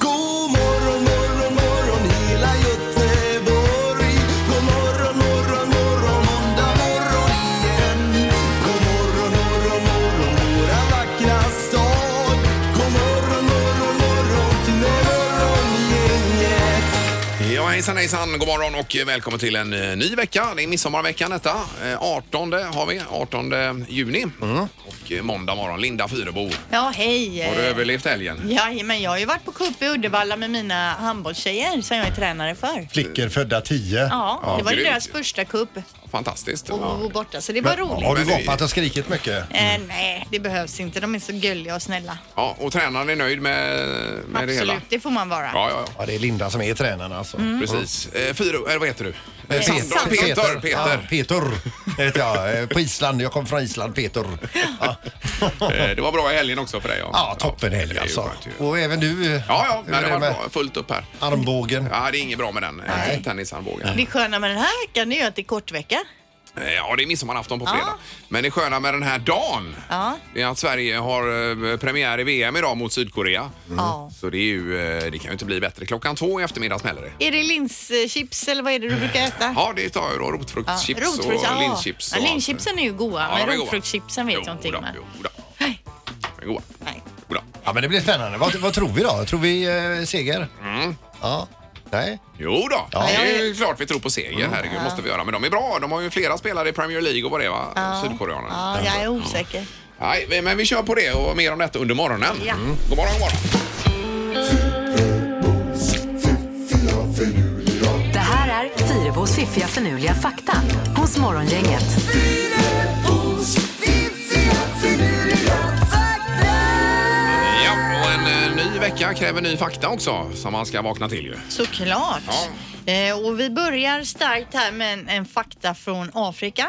God morgon, morgon, morgon hela Göteborg. God morgon, morgon, morgon måndag morgon igen. God morgon, morgon, morgon våra vackra stad. God morgon, morgon, morgon till morgongänget. Ja, hejsan hejsan, god morgon och välkommen till en eh, ny vecka. Det är midsommarveckan detta. Eh, 18 har vi, 18 juni. Och eh, måndag morgon, Linda Fyrebo. Ja, hej! Har du överlevt helgen? Jajamän, jag har ju varit på cup i Uddevalla med mina handbollstjejer som jag är tränare för. Flickor födda 10. Ja, Ja, det var ju grymt. deras första cup Fantastiskt. och Ja. var borta, så det var roligt. Har du Men Mm. det- gapat och skrikit mycket? Eh, nej, det behövs inte. De är så gulliga och snälla. Ja, och tränaren är nöjd med, med det Absolut, hela? det, får man vara. Ja, ja, ja. Ja, det är Linda som är tränaren alltså. Precis. Eh, Fyro, eller vad heter du? Eh, Eh, Sandra. Sandra. Peter. Ja, Peter. Peter heter jag. Eh, På Island. Jag kom från Island, Peter. Ja, Eh, Det var bra i helgen också för dig. ja toppen det är helg ju alltså. skönt ju. Ja, Och även du. eh, ja, hur men är det det var med bra. fullt upp här. armbågen? Ja, det är inget bra med den eh, tennisarmbågen. Det sköna med den här veckan det är ju att det är kortvecka. Eh, Ja, det är midsommarafton på Ja. fredag. Men det sköna med den här dagen Ja. det är att Sverige har eh, premiär i VM idag mot Sydkorea. Ja. Så det, är ju, eh, det kan ju inte bli bättre. Klockan två i eftermiddag smäller det. Är det linschips eller vad är det du brukar äta? Ja, det tar jag då. Rotfruktschips och ja. linschips. och Ja, allt. linschipsen är ju goda, Ja, de är men goda. rotfruktschipsen vet Jo, jag inte då, med. Jo, då. Nej, De är goda. nej. Goda. Ja, men det blir spännande. Vad, vad tror vi då? Tror vi eh, seger? Ja. Nej? Jo då, Ja. det är ju klart vi tror på seger. Herregud, måste vi göra. Men de är bra. De har ju flera spelare i Premier League och vad det är, va? Sydkoreanerna. Ja, jag är osäker. Nej, vi- men vi kör på det och mer om detta under morgonen. Ja. Mm. God morgon, god morgon. Det här är Fyrabos fiffiga förnuliga fakta hos Morgongänget. Ja, och en eh, ny vecka kräver ny fakta också som man ska vakna till ju. Såklart. Eh, och vi börjar starkt här med en, en fakta från Afrika.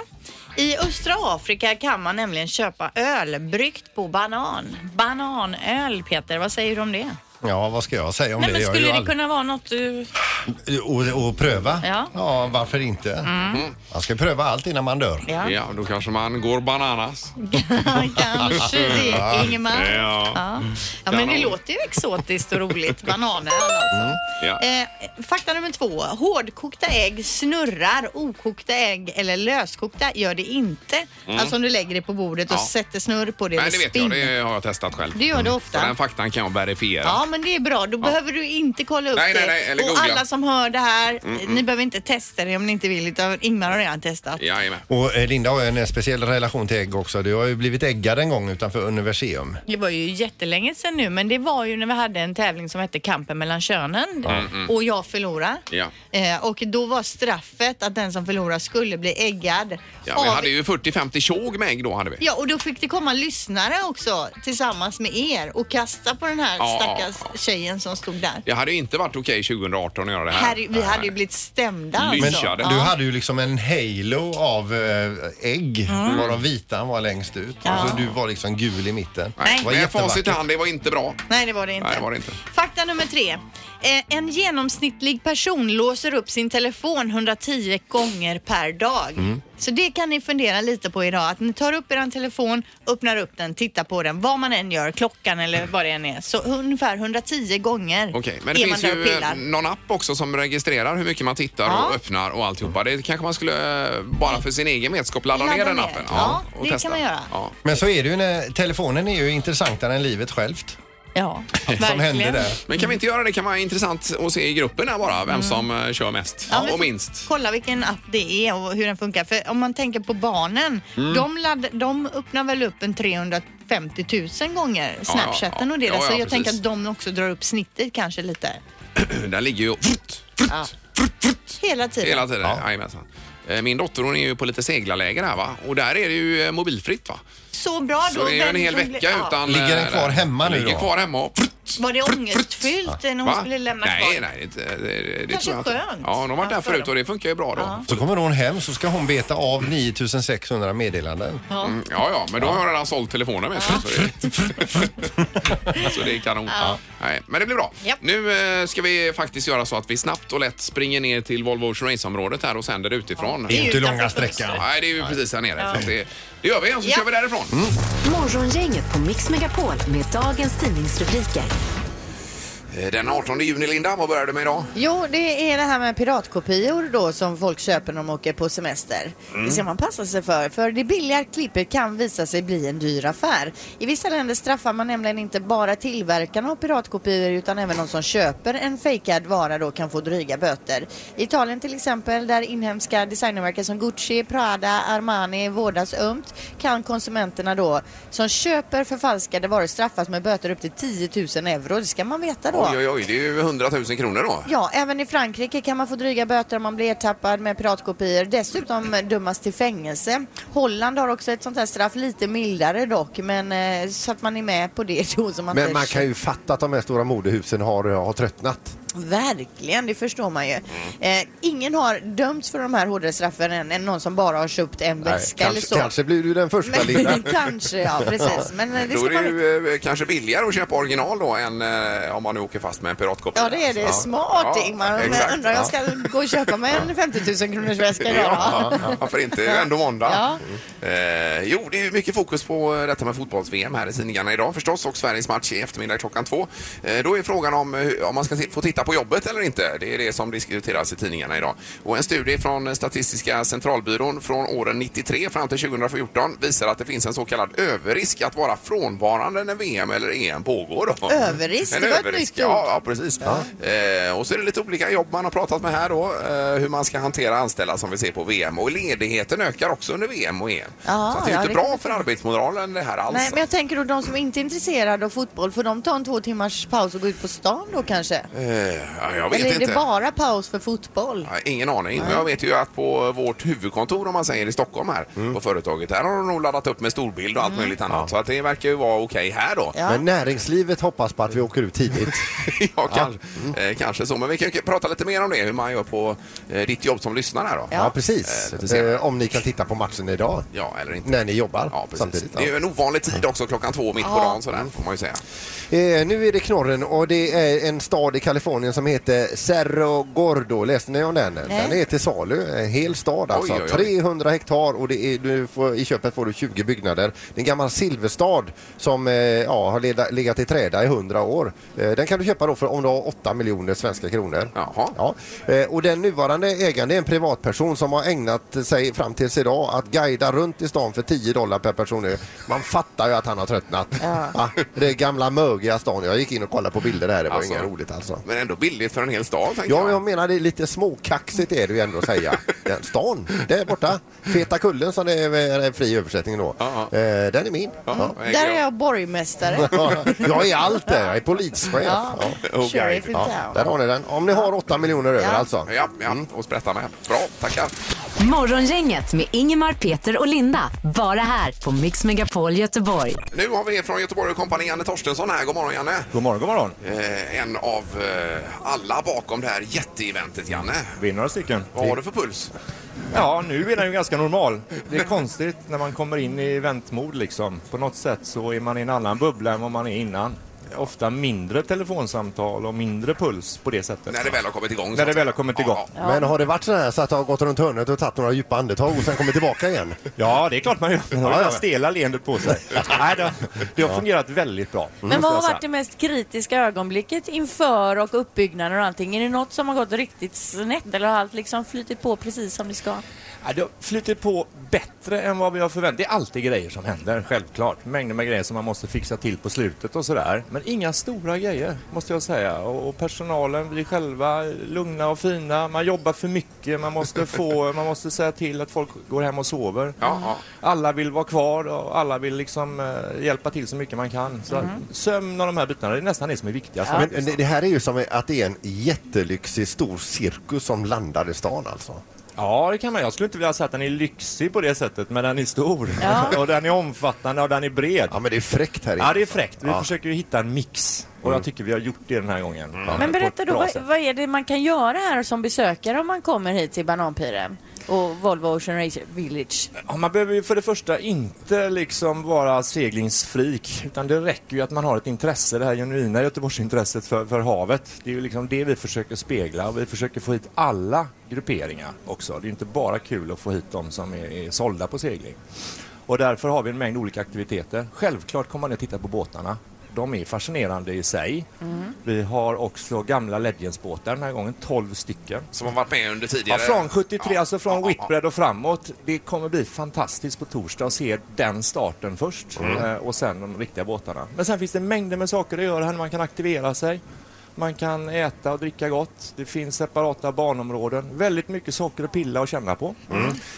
I östra Afrika kan man nämligen köpa öl bryggt på banan. Bananöl, Peter. Vad säger du om det? Ja, vad ska jag säga om Nej, det? men Jag har skulle ju det aldrig- kunna vara något du... och, och pröva? Ja. varför inte? Man ska pröva allt innan man dör. Ja, Ja, då kanske man går bananas. kanske det, Ingemar. Ja. Ja. ja, men det Kanon. Mm. låter ju exotiskt och roligt. Bananöl alltså. Ja. Eh, fakta nummer två. Hårdkokta ägg snurrar. Okokta ägg eller löskokta gör det inte. Alltså om du lägger det på bordet och Mm. Ja. sätter snurr på det Nej, eller det vet spinn. jag. Det har jag testat själv. Du gör det Så ofta. den faktan kan jag verifiera. Ja, men det är bra. Då behöver du inte kolla upp Nej, det. nej, nej, eller och googla. Mm, alla som hör det här, ni behöver inte testa det om ni inte vill, utan Ingmar har redan testat. Jajamän. Och eh, Linda har ju en eh, speciell relation till ägg också. Du har ju blivit äggad en gång utanför universum. Det var ju jättelänge sedan nu, men det var ju när vi hade en tävling som hette Kampen mellan könen och jag förlorade. Mm, Ja. Eh, och då var straffet att den som förlorade skulle bli äggad. Ja, vi av- hade ju 40-50 tjog med ägg då. Hade vi. Ja, och då fick det komma lyssnare också tillsammans med er och kasta på den här Ja, stackars ja, ja. tjejen som stod där. Det hade ju inte varit okej 2018 att göra det här. Här, vi hade ju blivit stämda Men- alltså. Lynchade. Du hade ju liksom en halo av eh, ägg, varav vitan var längst ut. Ja. Och så du var liksom gul i mitten. Nej, Det var med facit i jättevackert. hand, det var inte bra. Nej, det var det inte. Nej, det var det inte. Fakta nummer tre. Eh, En genomsnittlig person låser upp sin telefon 110 gånger per dag. Mm. Så det kan ni fundera lite på idag. Att ni tar upp er telefon, öppnar upp den, tittar på den, vad man än gör, klockan eller vad det än är. Så ungefär 110 gånger Okej, men det är man finns där och ju pillar. eh, någon app också som registrerar hur mycket man tittar och Ja. öppnar och alltihopa. Det kanske man skulle, eh, bara för sin egen vetskap, ladda, Ladda ner den ner. appen. Ja, och det kan man göra. Ja. Men så är det ju när telefonen är ju intressantare än livet självt. Ja, Som hände där. Men kan vi inte göra det? kan vara intressant att se i gruppen här bara, vem som eh, kör mest Mm. Ja, vi och får minst. Kolla vilken app det är och hur den funkar. För om man tänker på barnen, Mm. de, ladd, de öppnar väl upp en 350 000 gånger Snapchatten ja. och det där. Ja, ja, så jag precis. tänker att de också drar upp snittet kanske lite. Där ligger ju frutt, frutt, Ja. frutt, frutt. Hela tiden. Hela tiden, Ja. jajamensan. Eh, Min dotter hon är ju på lite seglarläger här va? Och där är det ju eh, mobilfritt va? Så bra. Så då det är ju en vem hel som blir- vecka ja. utan... Ligger den eh, kvar hemma nu ligger då? kvar hemma och frutt, Var det ångestfyllt när hon Va? skulle Mm, lämna nej, kvar? nej, det, det, det Kanske tror jag inte. skönt. Ja, de har varit där Ja, för förut dem. och det funkar ju bra då. Ja, Så kommer hon hem så ska hon beta av 9600 meddelanden. mm, ja, ja men då har jag redan sålt telefonen med sig, så, det, så det är kanon. Nej, men det blir bra. Japp. Nu eh, ska vi faktiskt göra så att vi snabbt och lätt springer ner till Volvo Race-området här och sänder utifrån. Det är ju Inte utanför långa fönstret. sträckan. Nej, det är ju precis här nere. Så att det, det gör vi och så Ja. kör vi därifrån. Morgongänget på Mix Megapol med dagens tidningsrubriker. Eh, Den 18 juni, Linda, vad börjar du med idag? Jo, det är det här med piratkopior då som folk köper när de åker på semester. Mm. Det ska man passa sig för, för det billiga klippet kan visa sig bli en dyr affär. I vissa länder straffar man nämligen inte bara tillverkarna av piratkopior utan även de som köper en fejkad vara då kan få dryga böter. I Italien till exempel, där inhemska designermärken som Gucci, Prada, Armani vårdas ömt, kan konsumenterna då som köper förfalskade varor straffas med böter upp till 10 000 euro. Det ska man veta då. Oj, oj, oj, det är ju 100 000 kronor då. Ja, även i Frankrike kan man få dryga böter om man blir ertappad med piratkopior. Dessutom dömas till fängelse. Holland har också ett sånt här straff, lite mildare dock, men eh, så att man är med på det då. Så man Men inte man kan ju fatta att de här stora modehusen har, har tröttnat. Verkligen, det förstår man ju. Eh, ingen har dömts för de här hårdare straffen än, än någon som bara har köpt en väska eller kanske, så. kanske blir du den första, Linda. Men, kanske, ja precis. Men eh, det Då ska är det man... ju eh, kanske billigare att köpa original då än eh, om man nu åker fast med en piratkopia. Ja det är det. Smart Ja, Ingmar. Men exakt. jag undrar, jag ska gå och köpa mig en 50 000 kronors väska idag. va? Ja, varför inte? Ändå måndag. Eh, jo, det är ju mycket fokus på eh, detta med fotbolls-VM här i tidningarna idag förstås och Sveriges match i eftermiddag klockan två. Eh, då är frågan om, eh, om man ska ti- få titta på jobbet eller inte. Det är det som diskuteras i tidningarna idag. Och en studie från Statistiska centralbyrån från åren 93 fram till 2014 visar att det finns en så kallad överrisk att vara frånvarande när VM eller EM pågår. Då. Överrisk, En det var ett överrisk, nytt ja, ord. Ja, precis. Eh, och så är det lite olika jobb man har pratat med här då. Eh, hur man ska hantera anställda som vi ser på VM. Och ledigheten ökar också under VM och EM. Ja, så att det är ju ja, inte det bra kan för arbetsmoralen det här alls. Nej, men jag tänker då de som inte är intresserade av fotboll, får de ta en två timmars paus och gå ut på stan då kanske? Eh, ja, jag vet Eller är inte. det bara paus för fotboll? Ja, Ingen aning, men jag vet ju att på vårt huvudkontor om man säger i Stockholm här Mm. på företaget, där har de nog laddat upp med storbild och allt möjligt annat. Så att det verkar ju vara okej här då. Ja. Men näringslivet hoppas på att vi åker ut tidigt. ja, kanske, Mm. eh, kanske så. Men vi kan ju prata lite mer om det, hur man gör på eh, ditt jobb som lyssnare här då. Ja, precis. Eh, lite senare. Eh, om ni kan titta på matchen idag. Ja, eller inte. När ni jobbar Ja, precis. samtidigt. Det är ju en ovanlig tid också, klockan två mitt på Ja. dagen sådär, får man ju säga. Eh, nu är det knorren och det är en stad i Kalifornien som heter Cerro Gordo. Läste ni om den? Den är till salu. En hel stad alltså. Oj, oj, oj. 300 hektar och det är, du får, i köpet får du 20 byggnader. Det är en gammal silverstad som eh, ja, har leda, legat i träda i 100 år. Eh, den kan du köpa då för om du har 8 miljoner svenska kronor. Jaha. Ja. Eh, och den nuvarande ägaren är en privatperson som har ägnat sig fram tills idag att guida runt i stan för 10 dollar per person. Man fattar ju att han har tröttnat. Ja. Ja, det är gamla mögiga stan. Jag gick in och kollade på bilder där. Det var Alltså. inget roligt alltså. Men ändå billigt för en hel stad, tänker Ja, jag. jag menar det är lite småkaxigt är det ju ändå att säga. Den stan, där borta. Feta kullen som det är är en fri översättning då. Ja, Eh, den är min. Ja, äger Där jag. är jag borgmästare. Ja. Jag är allt där. Jag är polischef. Ja. Ja. Okej. Sheriff in Ja, där town. har ni den. Om ni har 8 miljoner över Ja. alltså. Ja, ja, och sprätta med. Bra, tackar. Morgongänget med Ingemar, Peter och Linda. Bara här på Mix Megapol Göteborg. Nu har vi från Göteborg och kompani Janne Torstensson här. God morgon Janne. God morgon, god morgon. Eh, en av eh, alla bakom det här jätteeventet Janne. Vi är några stycken. Vad har du för puls? Ja, nu är den ju ganska normal. Det är konstigt när man kommer in i eventmod liksom. På något sätt så är man i en annan bubbla än vad man är innan. Ofta mindre telefonsamtal och mindre puls på det sättet. När det väl har kommit igång. så När att det säga. väl har kommit igång. Ja, ja. Men har det varit så här så att jag har gått runt hörnet och tagit några djupa andetag och sen kommit tillbaka igen? Ja, det är klart man gör. Man har Ja, ju ja. det stela leendet på sig. Nej, det, har- det har fungerat väldigt bra. Men måste vad jag har säga. varit det mest kritiska ögonblicket inför och uppbyggnaden och allting? Är det något som har gått riktigt snett eller har allt liksom flytit på precis som det ska? Ja, det har flutit på bättre än vad vi har förväntat Det är alltid grejer som händer, självklart. Mängder med grejer som man måste fixa till på slutet och sådär. Men inga stora grejer, måste jag säga. Och, och personalen, vi själva, lugna och fina. Man jobbar för mycket, man måste, få, man måste säga till att folk går hem och sover. Ja, ja. Alla vill vara kvar och alla vill liksom eh, hjälpa till så mycket man kan. Så Sömn och de här bitarna, det är nästan det som är viktigast. Men det det här är ju som att det är en jättelyxig stor cirkus som landar i stan alltså. Ja, det kan man. Jag skulle inte vilja säga att den är lyxig på det sättet, men den är stor. Ja. och den är omfattande och den är bred. Ja, men det är fräckt här Ja, det är fräckt. Vi liksom. Ja. försöker ju hitta en mix och jag tycker vi har gjort det den här gången. Ja, på Men ett berätta då, bra vad, sätt. vad är det man kan göra här som besökare om man kommer hit till Bananpiren och Volvo Ocean Racer Village? Ja, man behöver ju för det första inte liksom vara seglingsfreak utan det räcker ju att man har ett intresse, det här genuina Göteborgsintresset för, för havet. Det är ju liksom det vi försöker spegla och vi försöker få hit alla grupperingar också. Det är ju inte bara kul att få hit de som är, är sålda på segling. Och därför har vi en mängd olika aktiviteter. Självklart kommer man ner och titta på båtarna. De är fascinerande i sig. Vi har också gamla Legends-båtar den här gången, 12 stycken. Som har varit med under Ja, tidigare... från 73, alltså från Whitbread och framåt. Det kommer bli fantastiskt på torsdag att se den starten först Mm. eh, och sen de riktiga båtarna. Men sen finns det mängder med saker att göra här. Man kan aktivera sig, man kan äta och dricka gott. Det finns separata barnområden. Väldigt mycket saker att pilla och känna på.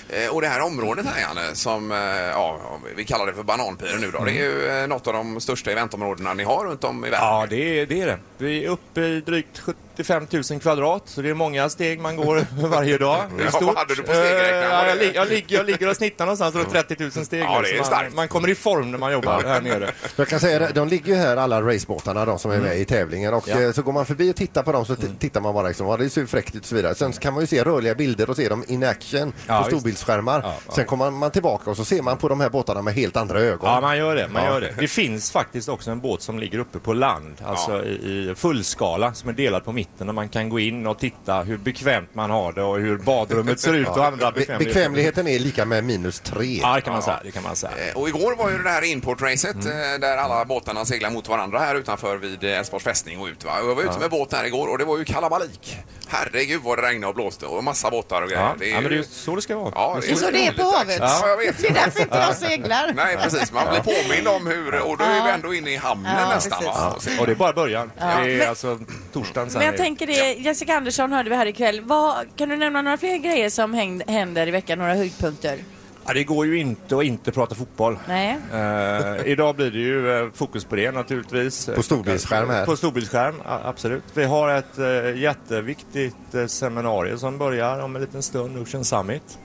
Eh, Och det här området här Janne, som eh, ja, vi kallar det för bananpiren nu då. Det är ju eh, något av de största eventområdena ni har runt om i världen. Ja, det är, det är det. Vi är uppe i drygt 75 000 kvadrat, så det är många steg man går varje dag. Det är Ja, vad hade du på stegräknaren? Eh, Var ja, det- jag, lig- jag, ligger, jag ligger och snittar någonstans runt 30 000 steg Ja, nu, det är så starkt. man, man kommer i form när man jobbar här nere. Jag kan säga det, de ligger ju här alla racebåtarna de som är med i tävlingen och Mm. Ja. Mm. eh, så går man förbi och tittar på dem så t- tittar man bara liksom, vad det ser ju fräckt ut och så vidare. Sen så kan man ju se rörliga bilder och se dem in action Ja, på visst. storbildsskärmar. Ja, ja. Sen kommer man tillbaka och så ser man på de här båtarna med helt andra ögon. Ja, man gör det. Man Ja. gör det. det finns faktiskt också en båt som ligger uppe på land, alltså Ja. i, i fullskala, som är delad på mitten och man kan gå in och titta hur bekvämt man har det och hur badrummet ser ut och andra Be- bekvämligheter. bekvämligheten är lika med minus tre. Ja, det kan man säga. Det kan man säga. Eh, Och igår var ju det här importracet Mm. eh, där alla båtarna seglar mot varandra här utanför vid eh, Älvsborgs fästning och ut. Va? Och jag var ute med båt här igår och det var ju kalabalik. Herregud vad det regnade och blåste och massa båtar och grejer. Ja, är ja, men det är ju- ju så det ska vara. Ja, Det är så det är på roligt, havet. faktiskt. Ja, jag Det vet. är därför inte jag seglar. Nej, precis. Man blir påmind om hur... Och då är vi ändå inne i hamnen Ja, nästan. precis. Va? Och så- Och det är bara början. Det är Men- alltså torsdagen sen. Men jag är- tänker det, Jessica Andersson hörde vi här ikväll. Vad, kan du nämna några fler grejer som häng- händer i veckan? Några höjdpunkter? Ja, det går ju inte att inte prata fotboll. Nej. Eh, idag blir det ju eh, fokus på det naturligtvis. På storbildsskärm här. På storbildsskärm, a- absolut. Vi har ett eh, jätteviktigt eh, seminarium som börjar om en liten stund, Ocean Summit.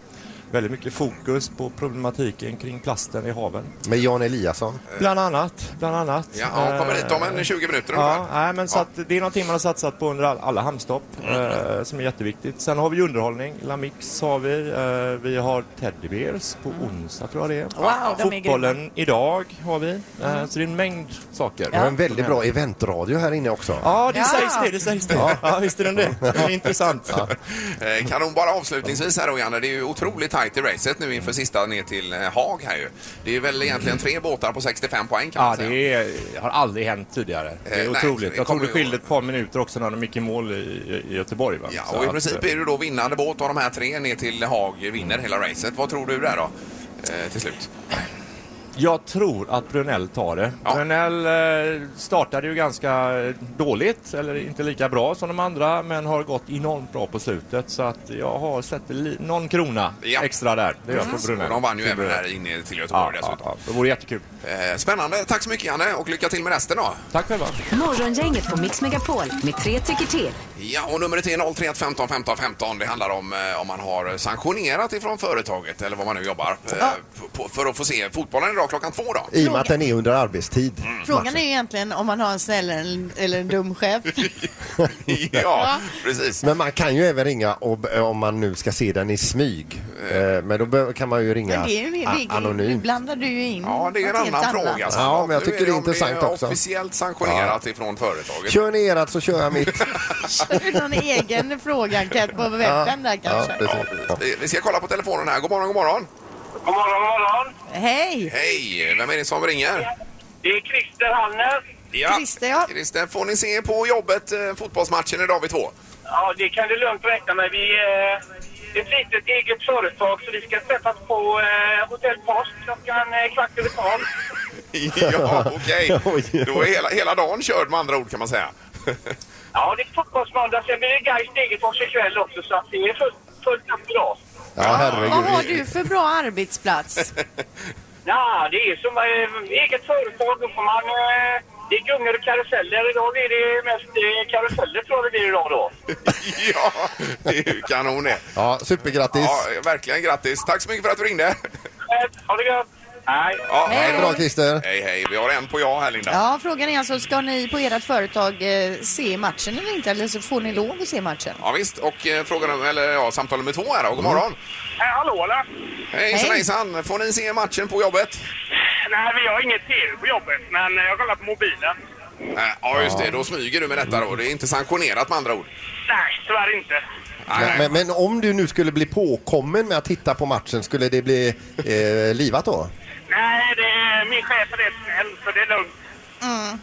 Väldigt mycket fokus på problematiken kring plasten i haven. Med Jan Eliasson. Bland annat. Bland annat. eh, Ja, han kommer hit om en 20 minuter Ja, ungefär. nej, men så att det är någonting man har satsat på under all- alla hamnstopp Mm. eh, som är jätteviktigt. Sen har vi underhållning, Lamix har vi, eh, vi har Teddy Bears på Mm. onsdag tror jag det är. Wow, de är Fotbollen idag har vi, Mm. eh, så det är en mängd saker. Vi har en väldigt bra eventradio här inne också. Ja, det Ja. sägs det, det sägs det. Ja, visst är den det. Det är intressant. Eh, Kanon bara avslutningsvis här då Janne. Det är ju otroligt tajt i racet nu inför sista ner till eh, Haag här ju. Det är väl egentligen tre båtar på 65 poäng kan Ja, man säga. det är, har aldrig hänt tidigare. Det är Eh, nej, otroligt. det Jag tror kommer det skilde ju- ett par minuter också när de gick i mål i, i- i Göteborg. Va? Ja, Så och att, i eh, princip är det då vinnande båt av de här tre ner till Haag vinner hela racet. Vad tror du där då? Eh, till slut. Jag tror att Brunell tar det. Ja. Brunell eh, startade ju ganska dåligt, eller inte lika bra som de andra, men har gått enormt bra på slutet. Så att jag har sett li- någon krona Ja. extra där. Det gör jag på Och Brunell. de vann ju Till även Brunell. här inne till Ja, Göteborg ja, dessutom. ja, det vore jättekul. Eh, Spännande. Tack så mycket Janne och lycka till med resten då. Tack själva. Morgongänget på Mix Megapol med tre tycker till. Ja, och numret är 031 15 15 15. Det handlar om eh, om man har sanktionerat ifrån företaget eller vad man nu jobbar eh, p- på, för att få se fotbollen idag klockan två då. I och med att den är under arbetstid. Frågan är ju egentligen om man har en snäll eller- eller en dum chef. ja, precis. Men man kan ju även ringa ob- om man nu ska se den i smyg. Eh, Men då bör- kan man ju ringa Men det är ju a- ligger- Nu anonymt. blandar du ju in Ja, det är en något helt annan annat. fråga. så. Ja, men jag Nu tycker det är intressant om det också. officiellt sanktionerat ifrån företaget. Kör ni erat så kör jag mitt. Har du någon egen frågeenkät på webben där Ja, kanske? precis. Ja. Vi- Vi ska kolla på telefonen här. God morgon, god morgon. God morgon, god morgon. Hej! Hej, vem är det som ringer? Det är Christer Hallner. Ja. Christer, ja. Christer, får ni se på jobbet eh, fotbollsmatchen idag vid två? Ja, det kan du lugnt räkna med. Vi eh, är ett litet eget företag så vi ska träffas på eh, Hotell Post klockan eh, kvart över tolv. ja, okej. Oj. Då är hela, hela dagen körd med andra ord kan man säga. Ja, det är fotbollsmåndag. Sen blir det Gais Degerfors ikväll också så att det är fullt, fullt upp idag. Ja, Vad har herregud. du för bra arbetsplats? Ja, det är som eh, eget företag. Då får man eh, Det är gungor och karuseller. Idag blir det mest eh, karuseller tror jag det blir idag då. ja, det är ju kanon det. Ja, supergrattis. Ja, verkligen grattis. Tack så mycket för att du ringde. Ha det gött! Nej. Ja, Ha det bra Christer. Hej, hej. Vi har en på ja här, Linda. Ja, frågan är alltså, ska ni på ert företag eh, se matchen eller inte? Eller så får ni lov att se matchen? Ja, visst. Och eh, frågan, om- eller ja, samtal nummer två här då. God morgon. Hallå där! Hejsan, Hej. hejsan. Får ni se matchen på jobbet? Nej, vi har inget tv på jobbet, men eh, jag kollar på mobilen. Nej, Ja, just det. Då smyger du med detta då. Det är inte sanktionerat med andra ord. Nej, tyvärr inte. Nej, Men, men om du nu skulle bli påkommen med att titta på matchen, skulle det bli eh, livat då? Nej, det är, min chef är rätt snäll, så det är lugnt.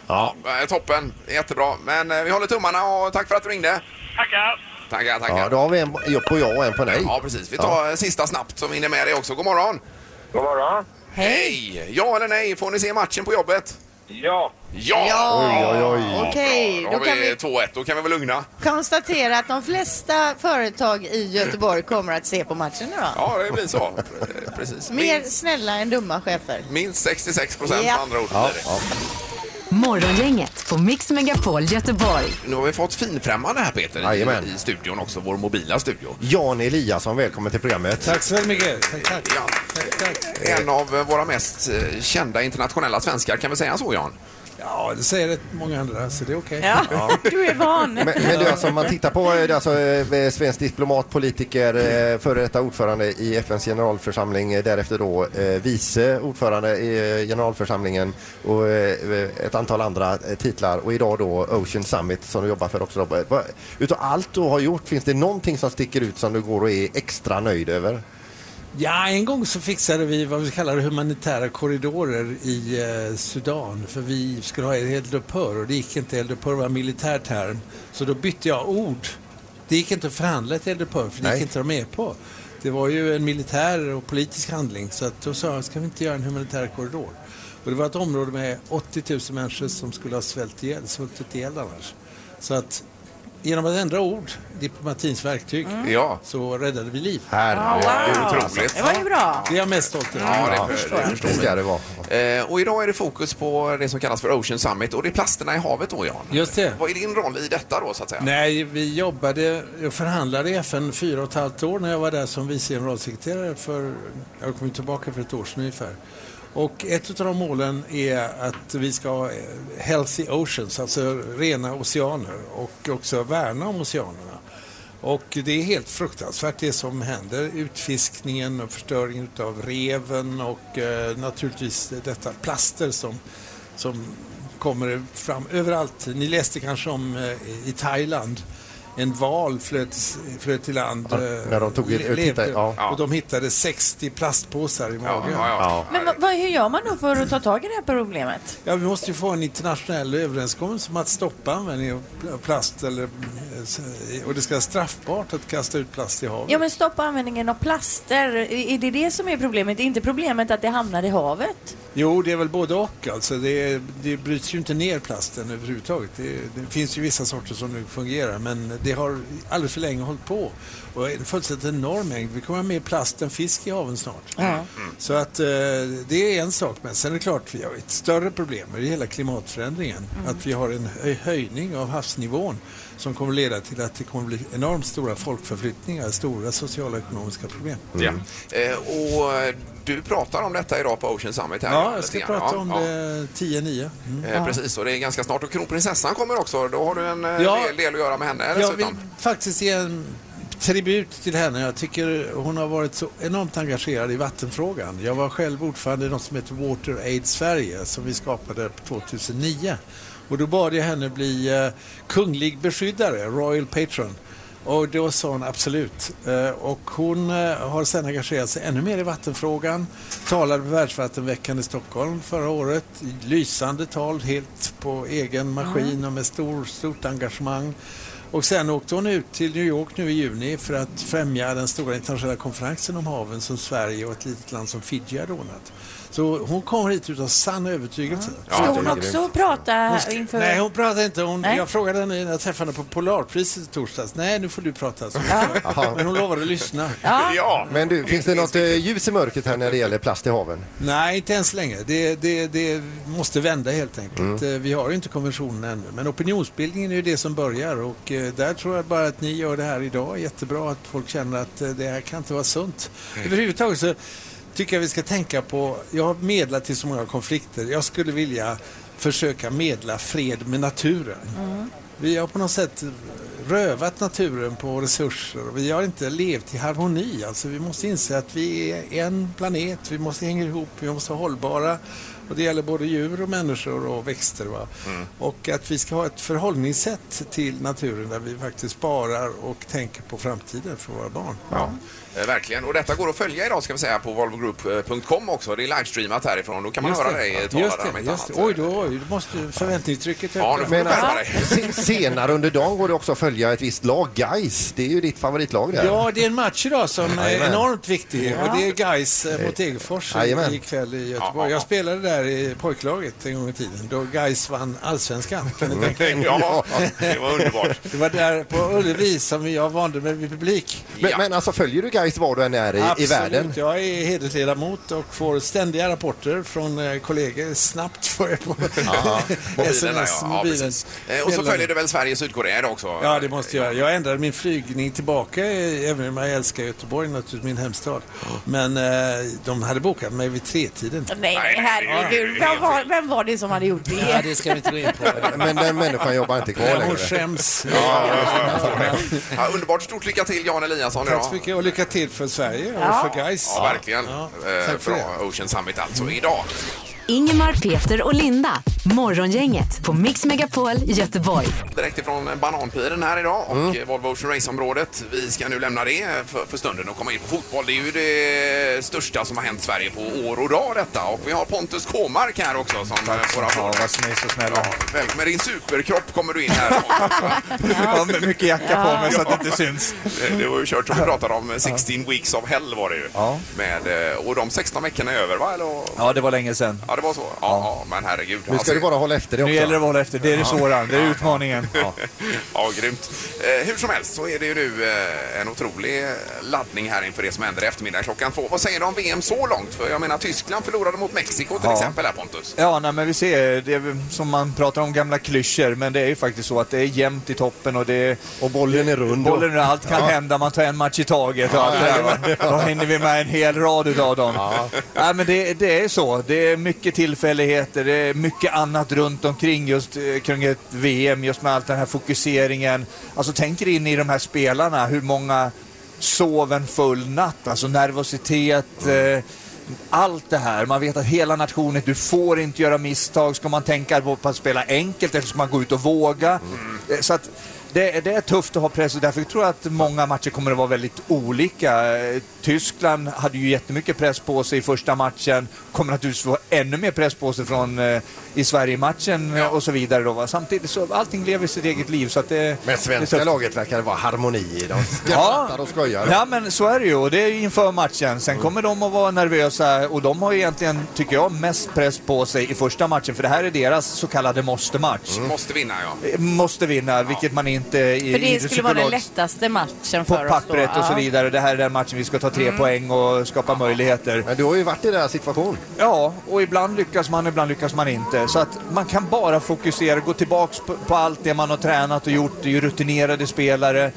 Ja. Eh, Toppen. Jättebra. Men eh, vi håller tummarna och tack för att du ringde. Tackar! Tackar, tackar. Ja, då har vi en på- på ja och en på nej. Ja, precis. Vi tar eh, sista snabbt som hinner med dig också. God morgon. God morgon. Hej! Ja eller nej, får ni se matchen på jobbet? Ja. Ja! Ja. Oj, oj, oj. Okej, Då då har kan vi vi 2-1. Då kan vi väl lugna. konstatera att de flesta företag i Göteborg kommer att se på matchen idag. Ja, det blir så. Eh, Precis. Mer snälla än dumma chefer. Minst 66 procent med Ja. andra ord. Ja, blir det. ja. Morgongänget på Mix Megapol Göteborg. Nu har vi fått finfrämmande här Peter Jajamän. i, i studion också, vår mobila studio. Jan Eliasson, välkommen till programmet. Tack så väldigt mycket. Tack, tack. Ja. tack, tack. En av eh, våra mest eh, kända internationella svenskar, kan vi säga så Jan? Mm. Ja, det säger rätt många andra, så det är okej. Ja, du är van. Men, men du, alltså, om man tittar på eh, det är alltså, eh, svensk diplomat, politiker, eh, före detta ordförande i FNs generalförsamling, eh, därefter då eh, vice ordförande i eh, generalförsamlingen och eh, ett antal andra eh, titlar och idag då Ocean Summit som du jobbar för också. Då. Va- Utav allt du har gjort, finns det någonting som sticker ut som du går och är extra nöjd över? Ja, en gång så fixade vi vad vi kallar humanitära korridorer i eh, Sudan för vi skulle ha ett eldupphör och det gick inte. Eldupphör var en militär term. Så då bytte jag ord. Det gick inte att förhandla ett eldupphör för det Nej. gick inte de med på. Det var ju en militär och politisk handling så att då sa jag, ska vi inte göra en humanitär korridor? Och det var ett område med 80 000 människor som skulle ha svält ihjäl, svultit ihjäl annars. Så att genom att ändra ord, diplomatins verktyg, Ja. så räddade vi liv. Herregud. Otroligt. Ah. Det var ju bra. Det är jag mest stolt över. Ja, det, för, det förstår Det ska det vara. vi. Eh, och idag är det fokus på det som kallas för Ocean Summit och det är plasterna i havet då Jan. Just det. Vad är din roll i detta då så att säga? Nej, vi jobbade och förhandlade i FN fyra och ett halvt år när jag var där som vice generalsekreterare för, jag kom ju tillbaka för ett år sedan ungefär. Och ett av de målen är att vi ska ha eh, healthy oceans, alltså rena oceaner och också värna om oceanerna. Och det är helt fruktansvärt det som händer. Utfiskningen och förstöringen av reven och eh, naturligtvis detta plaster som, som kommer fram överallt. Ni läste kanske om eh, i Thailand. En val flöt, flöt i land. Ja, eh, när de tog ett- le- levde, titta- ja. Och de hittade 60 plastpåsar i Ja, magen. ja, ja. Men vad- vad, hur gör man då för att ta tag i det här problemet? Ja, vi måste ju få en internationell överenskommelse om att stoppa användningen av pl- plast. Eller, eh, s- och det ska vara straffbart att kasta ut plast i havet. Ja, men stoppa användningen av plaster. Är är det det som är problemet? Är inte problemet att det hamnar i havet? Jo, det är väl både och. Alltså, det, det bryts ju inte ner plasten överhuvudtaget. Det, det finns ju vissa sorter som nu fungerar, men det har alldeles för länge hållit på. Och en fullständigt enorm mängd. Vi kommer ha mer plast än fisk i haven snart. Så att eh, det är en sak, men sen är det klart vi har ett större problem med hela klimatförändringen. Att vi har en hö- höjning av havsnivån som kommer leda till att det kommer bli enormt stora folkförflyttningar, stora sociala och ekonomiska problem. Ja. Eh, och eh, du pratar om detta idag på Ocean Summit här. Ja, jag lite ska grann. prata Ja, om ja. det 10-9. Mm. Eh, Precis, och det är ganska snart. Och kronprinsessan kommer också. Då har du en eh, Ja. del, del att göra med henne Jag vill dessutom. faktiskt ge en tribut till henne. Jag tycker hon har varit så enormt engagerad i vattenfrågan. Jag var själv ordförande i något som heter Water Aid Sverige som vi skapade 2009. Och då bad jag henne bli eh, kunglig beskyddare, Royal Patron. Och då sa hon absolut. Eh, och hon eh, har sedan engagerat sig ännu mer i vattenfrågan. Talade på Världsvattenveckan i Stockholm förra året. Lysande tal, helt på egen maskin och med stor, stort engagemang. Och sen åkte hon ut till New York nu i juni för att främja den stora internationella konferensen om haven som Sverige och ett litet land som Fiji hade ordnat. Så hon kommer hit utav sann övertygelse. Ska hon också prata inför... Nej, hon pratar inte. Hon, Nej. jag frågade henne när jag träffade henne på Polarpriset i torsdags. Nej, nu får du prata. Så. Men hon lovade att lyssna. Men du, finns det något eh, ljus i mörkret här när det gäller plast i haven? Nej, inte än så länge. Det, det, det måste vända helt enkelt. Eh, Vi har ju inte konventionen ännu. Men opinionsbildningen är ju det som börjar och eh, där tror jag bara att ni gör det här idag jättebra. Att folk känner att eh, det här kan inte vara sunt. Mm. Överhuvudtaget så tycker jag vi ska tänka på, jag har medlat till så många konflikter. Jag skulle vilja försöka medla fred med naturen. Vi har på något sätt rövat naturen på resurser och vi har inte levt i harmoni. Alltså vi måste inse att vi är en planet, vi måste hänga ihop, vi måste vara hållbara. Och det gäller både djur och människor och växter. Va? Mm. Och att vi ska ha ett förhållningssätt till naturen där vi faktiskt sparar och tänker på framtiden för våra barn. Eh, Verkligen. Och detta går att följa idag ska vi säga på volvogroup.com också. Det är livestreamat härifrån. Då kan man Just höra det. dig eh, tala Just där om det, inte just annat. det. Oj då, oj, då måste förväntningstrycket öka. Ja, nu får du skärpa dig. Se- alltså, Senare under dagen går det också att följa ett visst lag, Guys. Det är ju ditt favoritlag där. Ja, det är en match idag som är Jajamän. enormt viktig Ja. och det är Gais mot Eh, Degerfors Jajamän. ikväll i Göteborg. Jag spelade där i pojklaget en gång i tiden då Gais vann allsvenskan. Kan Mm. ni tänka er? Ja, det var underbart. Det var där på Ullevi som jag vande mig vid publik. Men, men alltså följer du Guys var du än är i, i Absolut, världen? jag är hedersledamot och får ständiga rapporter från eh, kollegor. Snabbt får jag på Ja, mobilen där, sms, ja. Ja, mobilen. precis. Eh, Och så följer du väl Sverige och Sydkorea idag också? Ja, det måste jag. Jag ändrade min flygning tillbaka, eh, även om jag älskar Göteborg, naturligtvis min hemstad. Men eh, de hade bokat mig vid tretiden. Nej, herregud. Vem var, vem var det som hade gjort det? Ja, det ska vi inte gå in på. Men den människan jobbar inte kvar Ja, längre. hon skäms. Ja, ja, ja, jag förstår det. ja, underbart. Stort lycka till Jan Eliasson idag. Tack så mycket och lycka till för Sverige och Ja. för guys. Ja, verkligen. Eh, tack för bra Ocean Summit alltså idag. Ingemar, Peter och Linda. Morgongänget på Mix Megapol Göteborg. Direkt ifrån Bananpiren här idag och eh, Volvo Ocean Race-området. Vi ska nu lämna det för, för stunden och komma in på fotboll. Det är ju det största som har hänt Sverige på år och dag detta. Och vi har Pontus Kåmark här också som Tack får applåder. Ni är så snälla. Välkommen. Med din superkropp kommer du in här. Jag har mycket jacka på mig så att det inte syns. Det- Det var ju kört som vi pratade om, eh, 16 weeks of hell var det ju. Med, eh, och de 16 veckorna är över va? Eller, Ja, det var länge sedan. ja, det var så. Ja, ja. men herregud. Alltså, Nu ska du bara hålla efter det också. Nu gäller det att hålla efter. Det är det Ja. svåra. Det är utmaningen. Ja. ja, grymt. Eh, hur som helst så är det ju nu eh, en otrolig laddning här inför det som händer i eftermiddag klockan två. Vad säger du om VM så långt? För jag menar Tyskland förlorade mot Mexiko till Ja. exempel här Pontus. Ja, nej, men vi ser, det är som man pratar om gamla klyschor, men det är ju faktiskt så att det är jämnt i toppen och det är... Och bollen är rund. Bollen är rund, allt kan Ja. hända, man tar en match i taget och Ja, allt det där. ja, ja. Då hinner vi med en hel rad utav dem. Ja. Nej, men det, det är så. Det är mycket tillfälligheter, det är mycket annat runt omkring just eh, kring ett VM, just med allt den här fokuseringen. Alltså tänk er in i de här spelarna, Äh, hur många sov en full natt, alltså nervositet, eh, allt det här. Man vet att hela nationen, du får inte göra misstag. Ska man tänka på att spela enkelt eller ska man gå ut och våga? Mm. Eh, Så att det, det är tufft att ha press och därför tror jag att många matcher kommer att vara väldigt olika. Eh, Tyskland hade ju jättemycket press på sig i första matchen. Kommer naturligtvis få ännu mer press på sig från eh, i Sverige-matchen eh, och så vidare. Då, va? Samtidigt så allting lever sitt eget liv. Så att det, Men det är svenska tufft. laget verkar vara harmoni i dem. Ja. Skrattar och skojar. Ja, men så är det ju. Och det är ju inför matchen. Sen kommer de att vara nervösa och de har ju egentligen, tycker jag, mest press på sig i första matchen. För det här är deras så kallade måste-match. Måste vinna Mm. ja. Eh, Måste vinna, vilket man inte i För det skulle vara den idrottspsykologs- lättaste matchen På för oss då. pappret och så Ja. Mm. vidare. Det här är den matchen vi ska ta tre poäng och skapa möjligheter. Men du har ju varit i den här situationen. Ja, och ibland lyckas man, ibland lyckas man inte. Så att man kan bara fokusera, gå tillbaks på, på allt det man har tränat och gjort. Det är ju rutinerade spelare.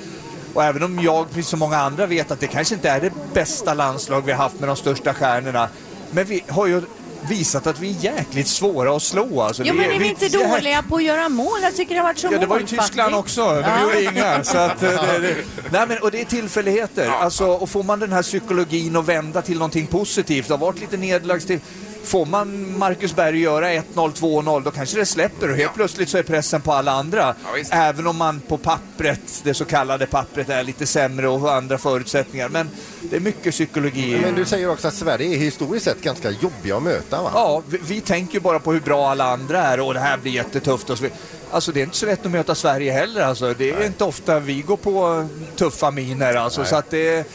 Och även om jag, precis som många andra, vet att det kanske inte är det bästa landslag vi har haft med de största stjärnorna. Men vi har ju visat att vi är jäkligt svåra att slå. Alltså, Jo, vi, men är vi vi inte jäkligt- dåliga på att göra mål? Jag tycker det har varit så Ja, det var ju målfattigt. Tyskland också. De Ja. gjorde inga. Så att, eh, det, det. Nej, men, och det är tillfälligheter. Alltså, och får man den här psykologin att vända till någonting positivt, det har varit lite nedlagstiv. Får man Marcus Berg göra 1-0, 2-0, då kanske det släpper och helt plötsligt så är pressen på alla andra. Även om man på pappret, det så kallade pappret, är lite sämre och har andra förutsättningar. Men det är mycket psykologi. Men du säger också att Sverige är historiskt sett ganska jobbiga att möta va? Ja, vi, vi tänker ju bara på hur bra alla andra är och det här blir jättetufft och så vidare. Alltså det är inte så lätt att möta Sverige heller alltså. Det är inte ofta vi går på tuffa miner alltså. Så att det,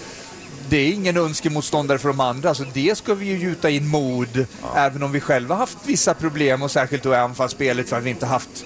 det är ingen önskemotståndare för de andra, så det ska vi ju gjuta in mod, även om vi själva haft vissa problem och särskilt då i anfallsspelet för att vi inte haft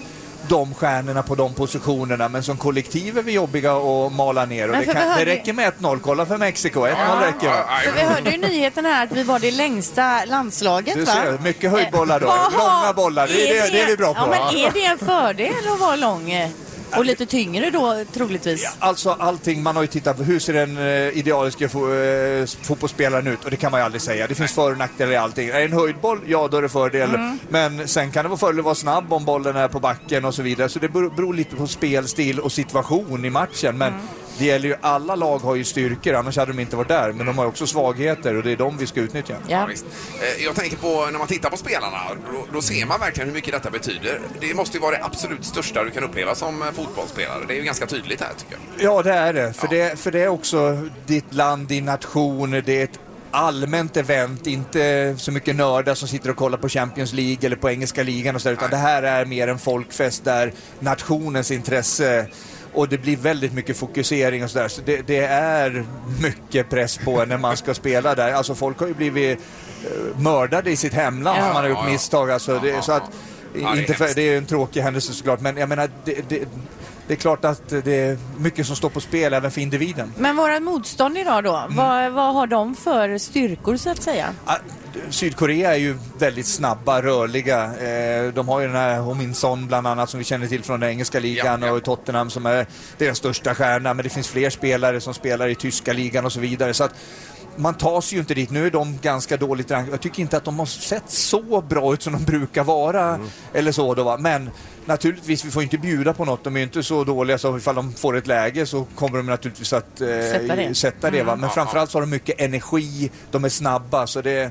de stjärnorna på de positionerna, men som kollektiv är vi jobbiga att mala ner. Och Men det, för vi kan, hörde det ju- räcker med 1-0, kolla för Mexiko, 1-0 räcker. va? För vi hörde ju nyheten här att vi var det längsta landslaget Du va? ser, mycket höjdbollar då. Jaha, Långa bollar, det är, det, det är vi bra på. Ja, men är det en fördel att vara lång? eh, Och lite tyngre då troligtvis? Alltså allting, man har ju tittat på hur ser den eh, idealiska fo eh, fotbollsspelaren ut och det kan man ju aldrig säga. Det finns för och nackdelar i allting. Är det en höjdboll, ja då är det fördel. Mm. Men sen kan det vara fördel att vara snabb om bollen är på backen och så vidare. Så det beror, beror lite på spelstil och situation i matchen. Men det gäller ju, alla lag har ju styrkor, annars hade de inte varit där. Men de har ju också svagheter och det är de vi ska utnyttja. Ja, visst. Eh, Jag tänker på när man tittar på spelarna, då, då ser man verkligen hur mycket detta betyder. Det måste ju vara det absolut största du kan uppleva som eh, fotbollsspelare. Det är ju ganska tydligt här tycker jag. Ja, det är det. För, det. för det är också ditt land, din nation, det är ett allmänt event, inte så mycket nördar som sitter och kollar på Champions League eller på engelska ligan och sådär, utan det här är mer en folkfest där nationens intresse och det blir väldigt mycket fokusering och sådär. Så det, det är mycket press på en när man ska spela där. Alltså folk har ju blivit eh, mördade i sitt hemland Ja. för man har Ja, gjort ja. misstag. Alltså, det, så att, Ja, det är inte för, hemskt. det är ju en tråkig händelse såklart, men jag menar, det, det, det är klart att det är mycket som står på spel även för individen. Mm. Men våra motstånd idag då, vad, vad har de för styrkor så att säga? Ah, Sydkorea är ju väldigt snabba, rörliga. Eh, De har ju den här Hominson bland annat som vi känner till från den engelska ligan och Tottenham som är deras största stjärna. Men det finns fler spelare som spelar i tyska ligan och så vidare. Så att man tar sig ju inte dit. Nu är de ganska dåligt rankade. Jag tycker inte att de har sett så bra ut som de brukar vara. Eller så då, va? Men naturligtvis, vi får inte bjuda på något. De är ju inte så dåliga så ifall de får ett läge så kommer de naturligtvis att eh, Sätta det. sätta det va? Mm. Men framförallt så har de mycket energi, de är snabba så det...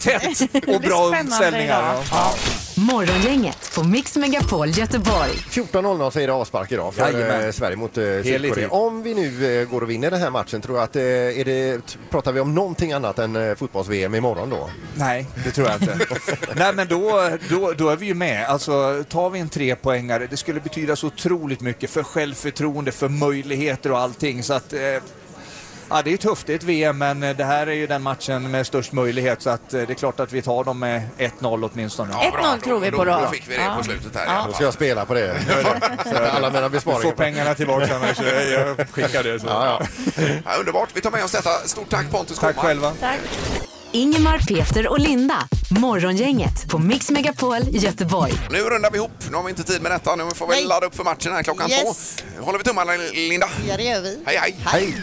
tätt och bra Spännande ställningar. idag. Ja. Morgongänget på Mix Megapol Göteborg. 14.00 säger det avspark idag för Jajamän. eh, Sverige mot eh, tid. Sydkorea. Om vi nu eh, går och vinner den här matchen, tror jag att, eh, är det, t- pratar vi om någonting annat än eh, fotbolls-VM imorgon då? Nej, det tror jag inte. Nej, men då, då, då är vi ju med. Alltså, tar vi en trepoängare, det skulle betyda så otroligt mycket för självförtroende, för möjligheter och allting. Så att, eh, ja, det är ju tufft, det är ett VM, men eh, det här är ju den matchen med störst möjlighet. Så att, eh, det är klart att vi tar dem med 1-0 åtminstone. Ja, bra. 1-0 tror vi på då. då. Då fick vi det på slutet här. i alla Då fall. ska jag spela på det. Sätta alla mina besparingar. Du får pengarna tillbaka annars. Jag- jag skickar det. Så. Ja, Ja, underbart, vi tar med oss detta. Stort tack Pontus Tack Kåmark. själva. Ingemar, Peter och Linda. Morgongänget på Mix Megapol Göteborg. Nu rundar vi ihop. Nu har vi inte tid med detta. Nu får vi Nej. ladda upp för matchen här klockan Yes. två. Håller vi tummarna, Linda? Ja, det gör vi. Hej, hej. Hej!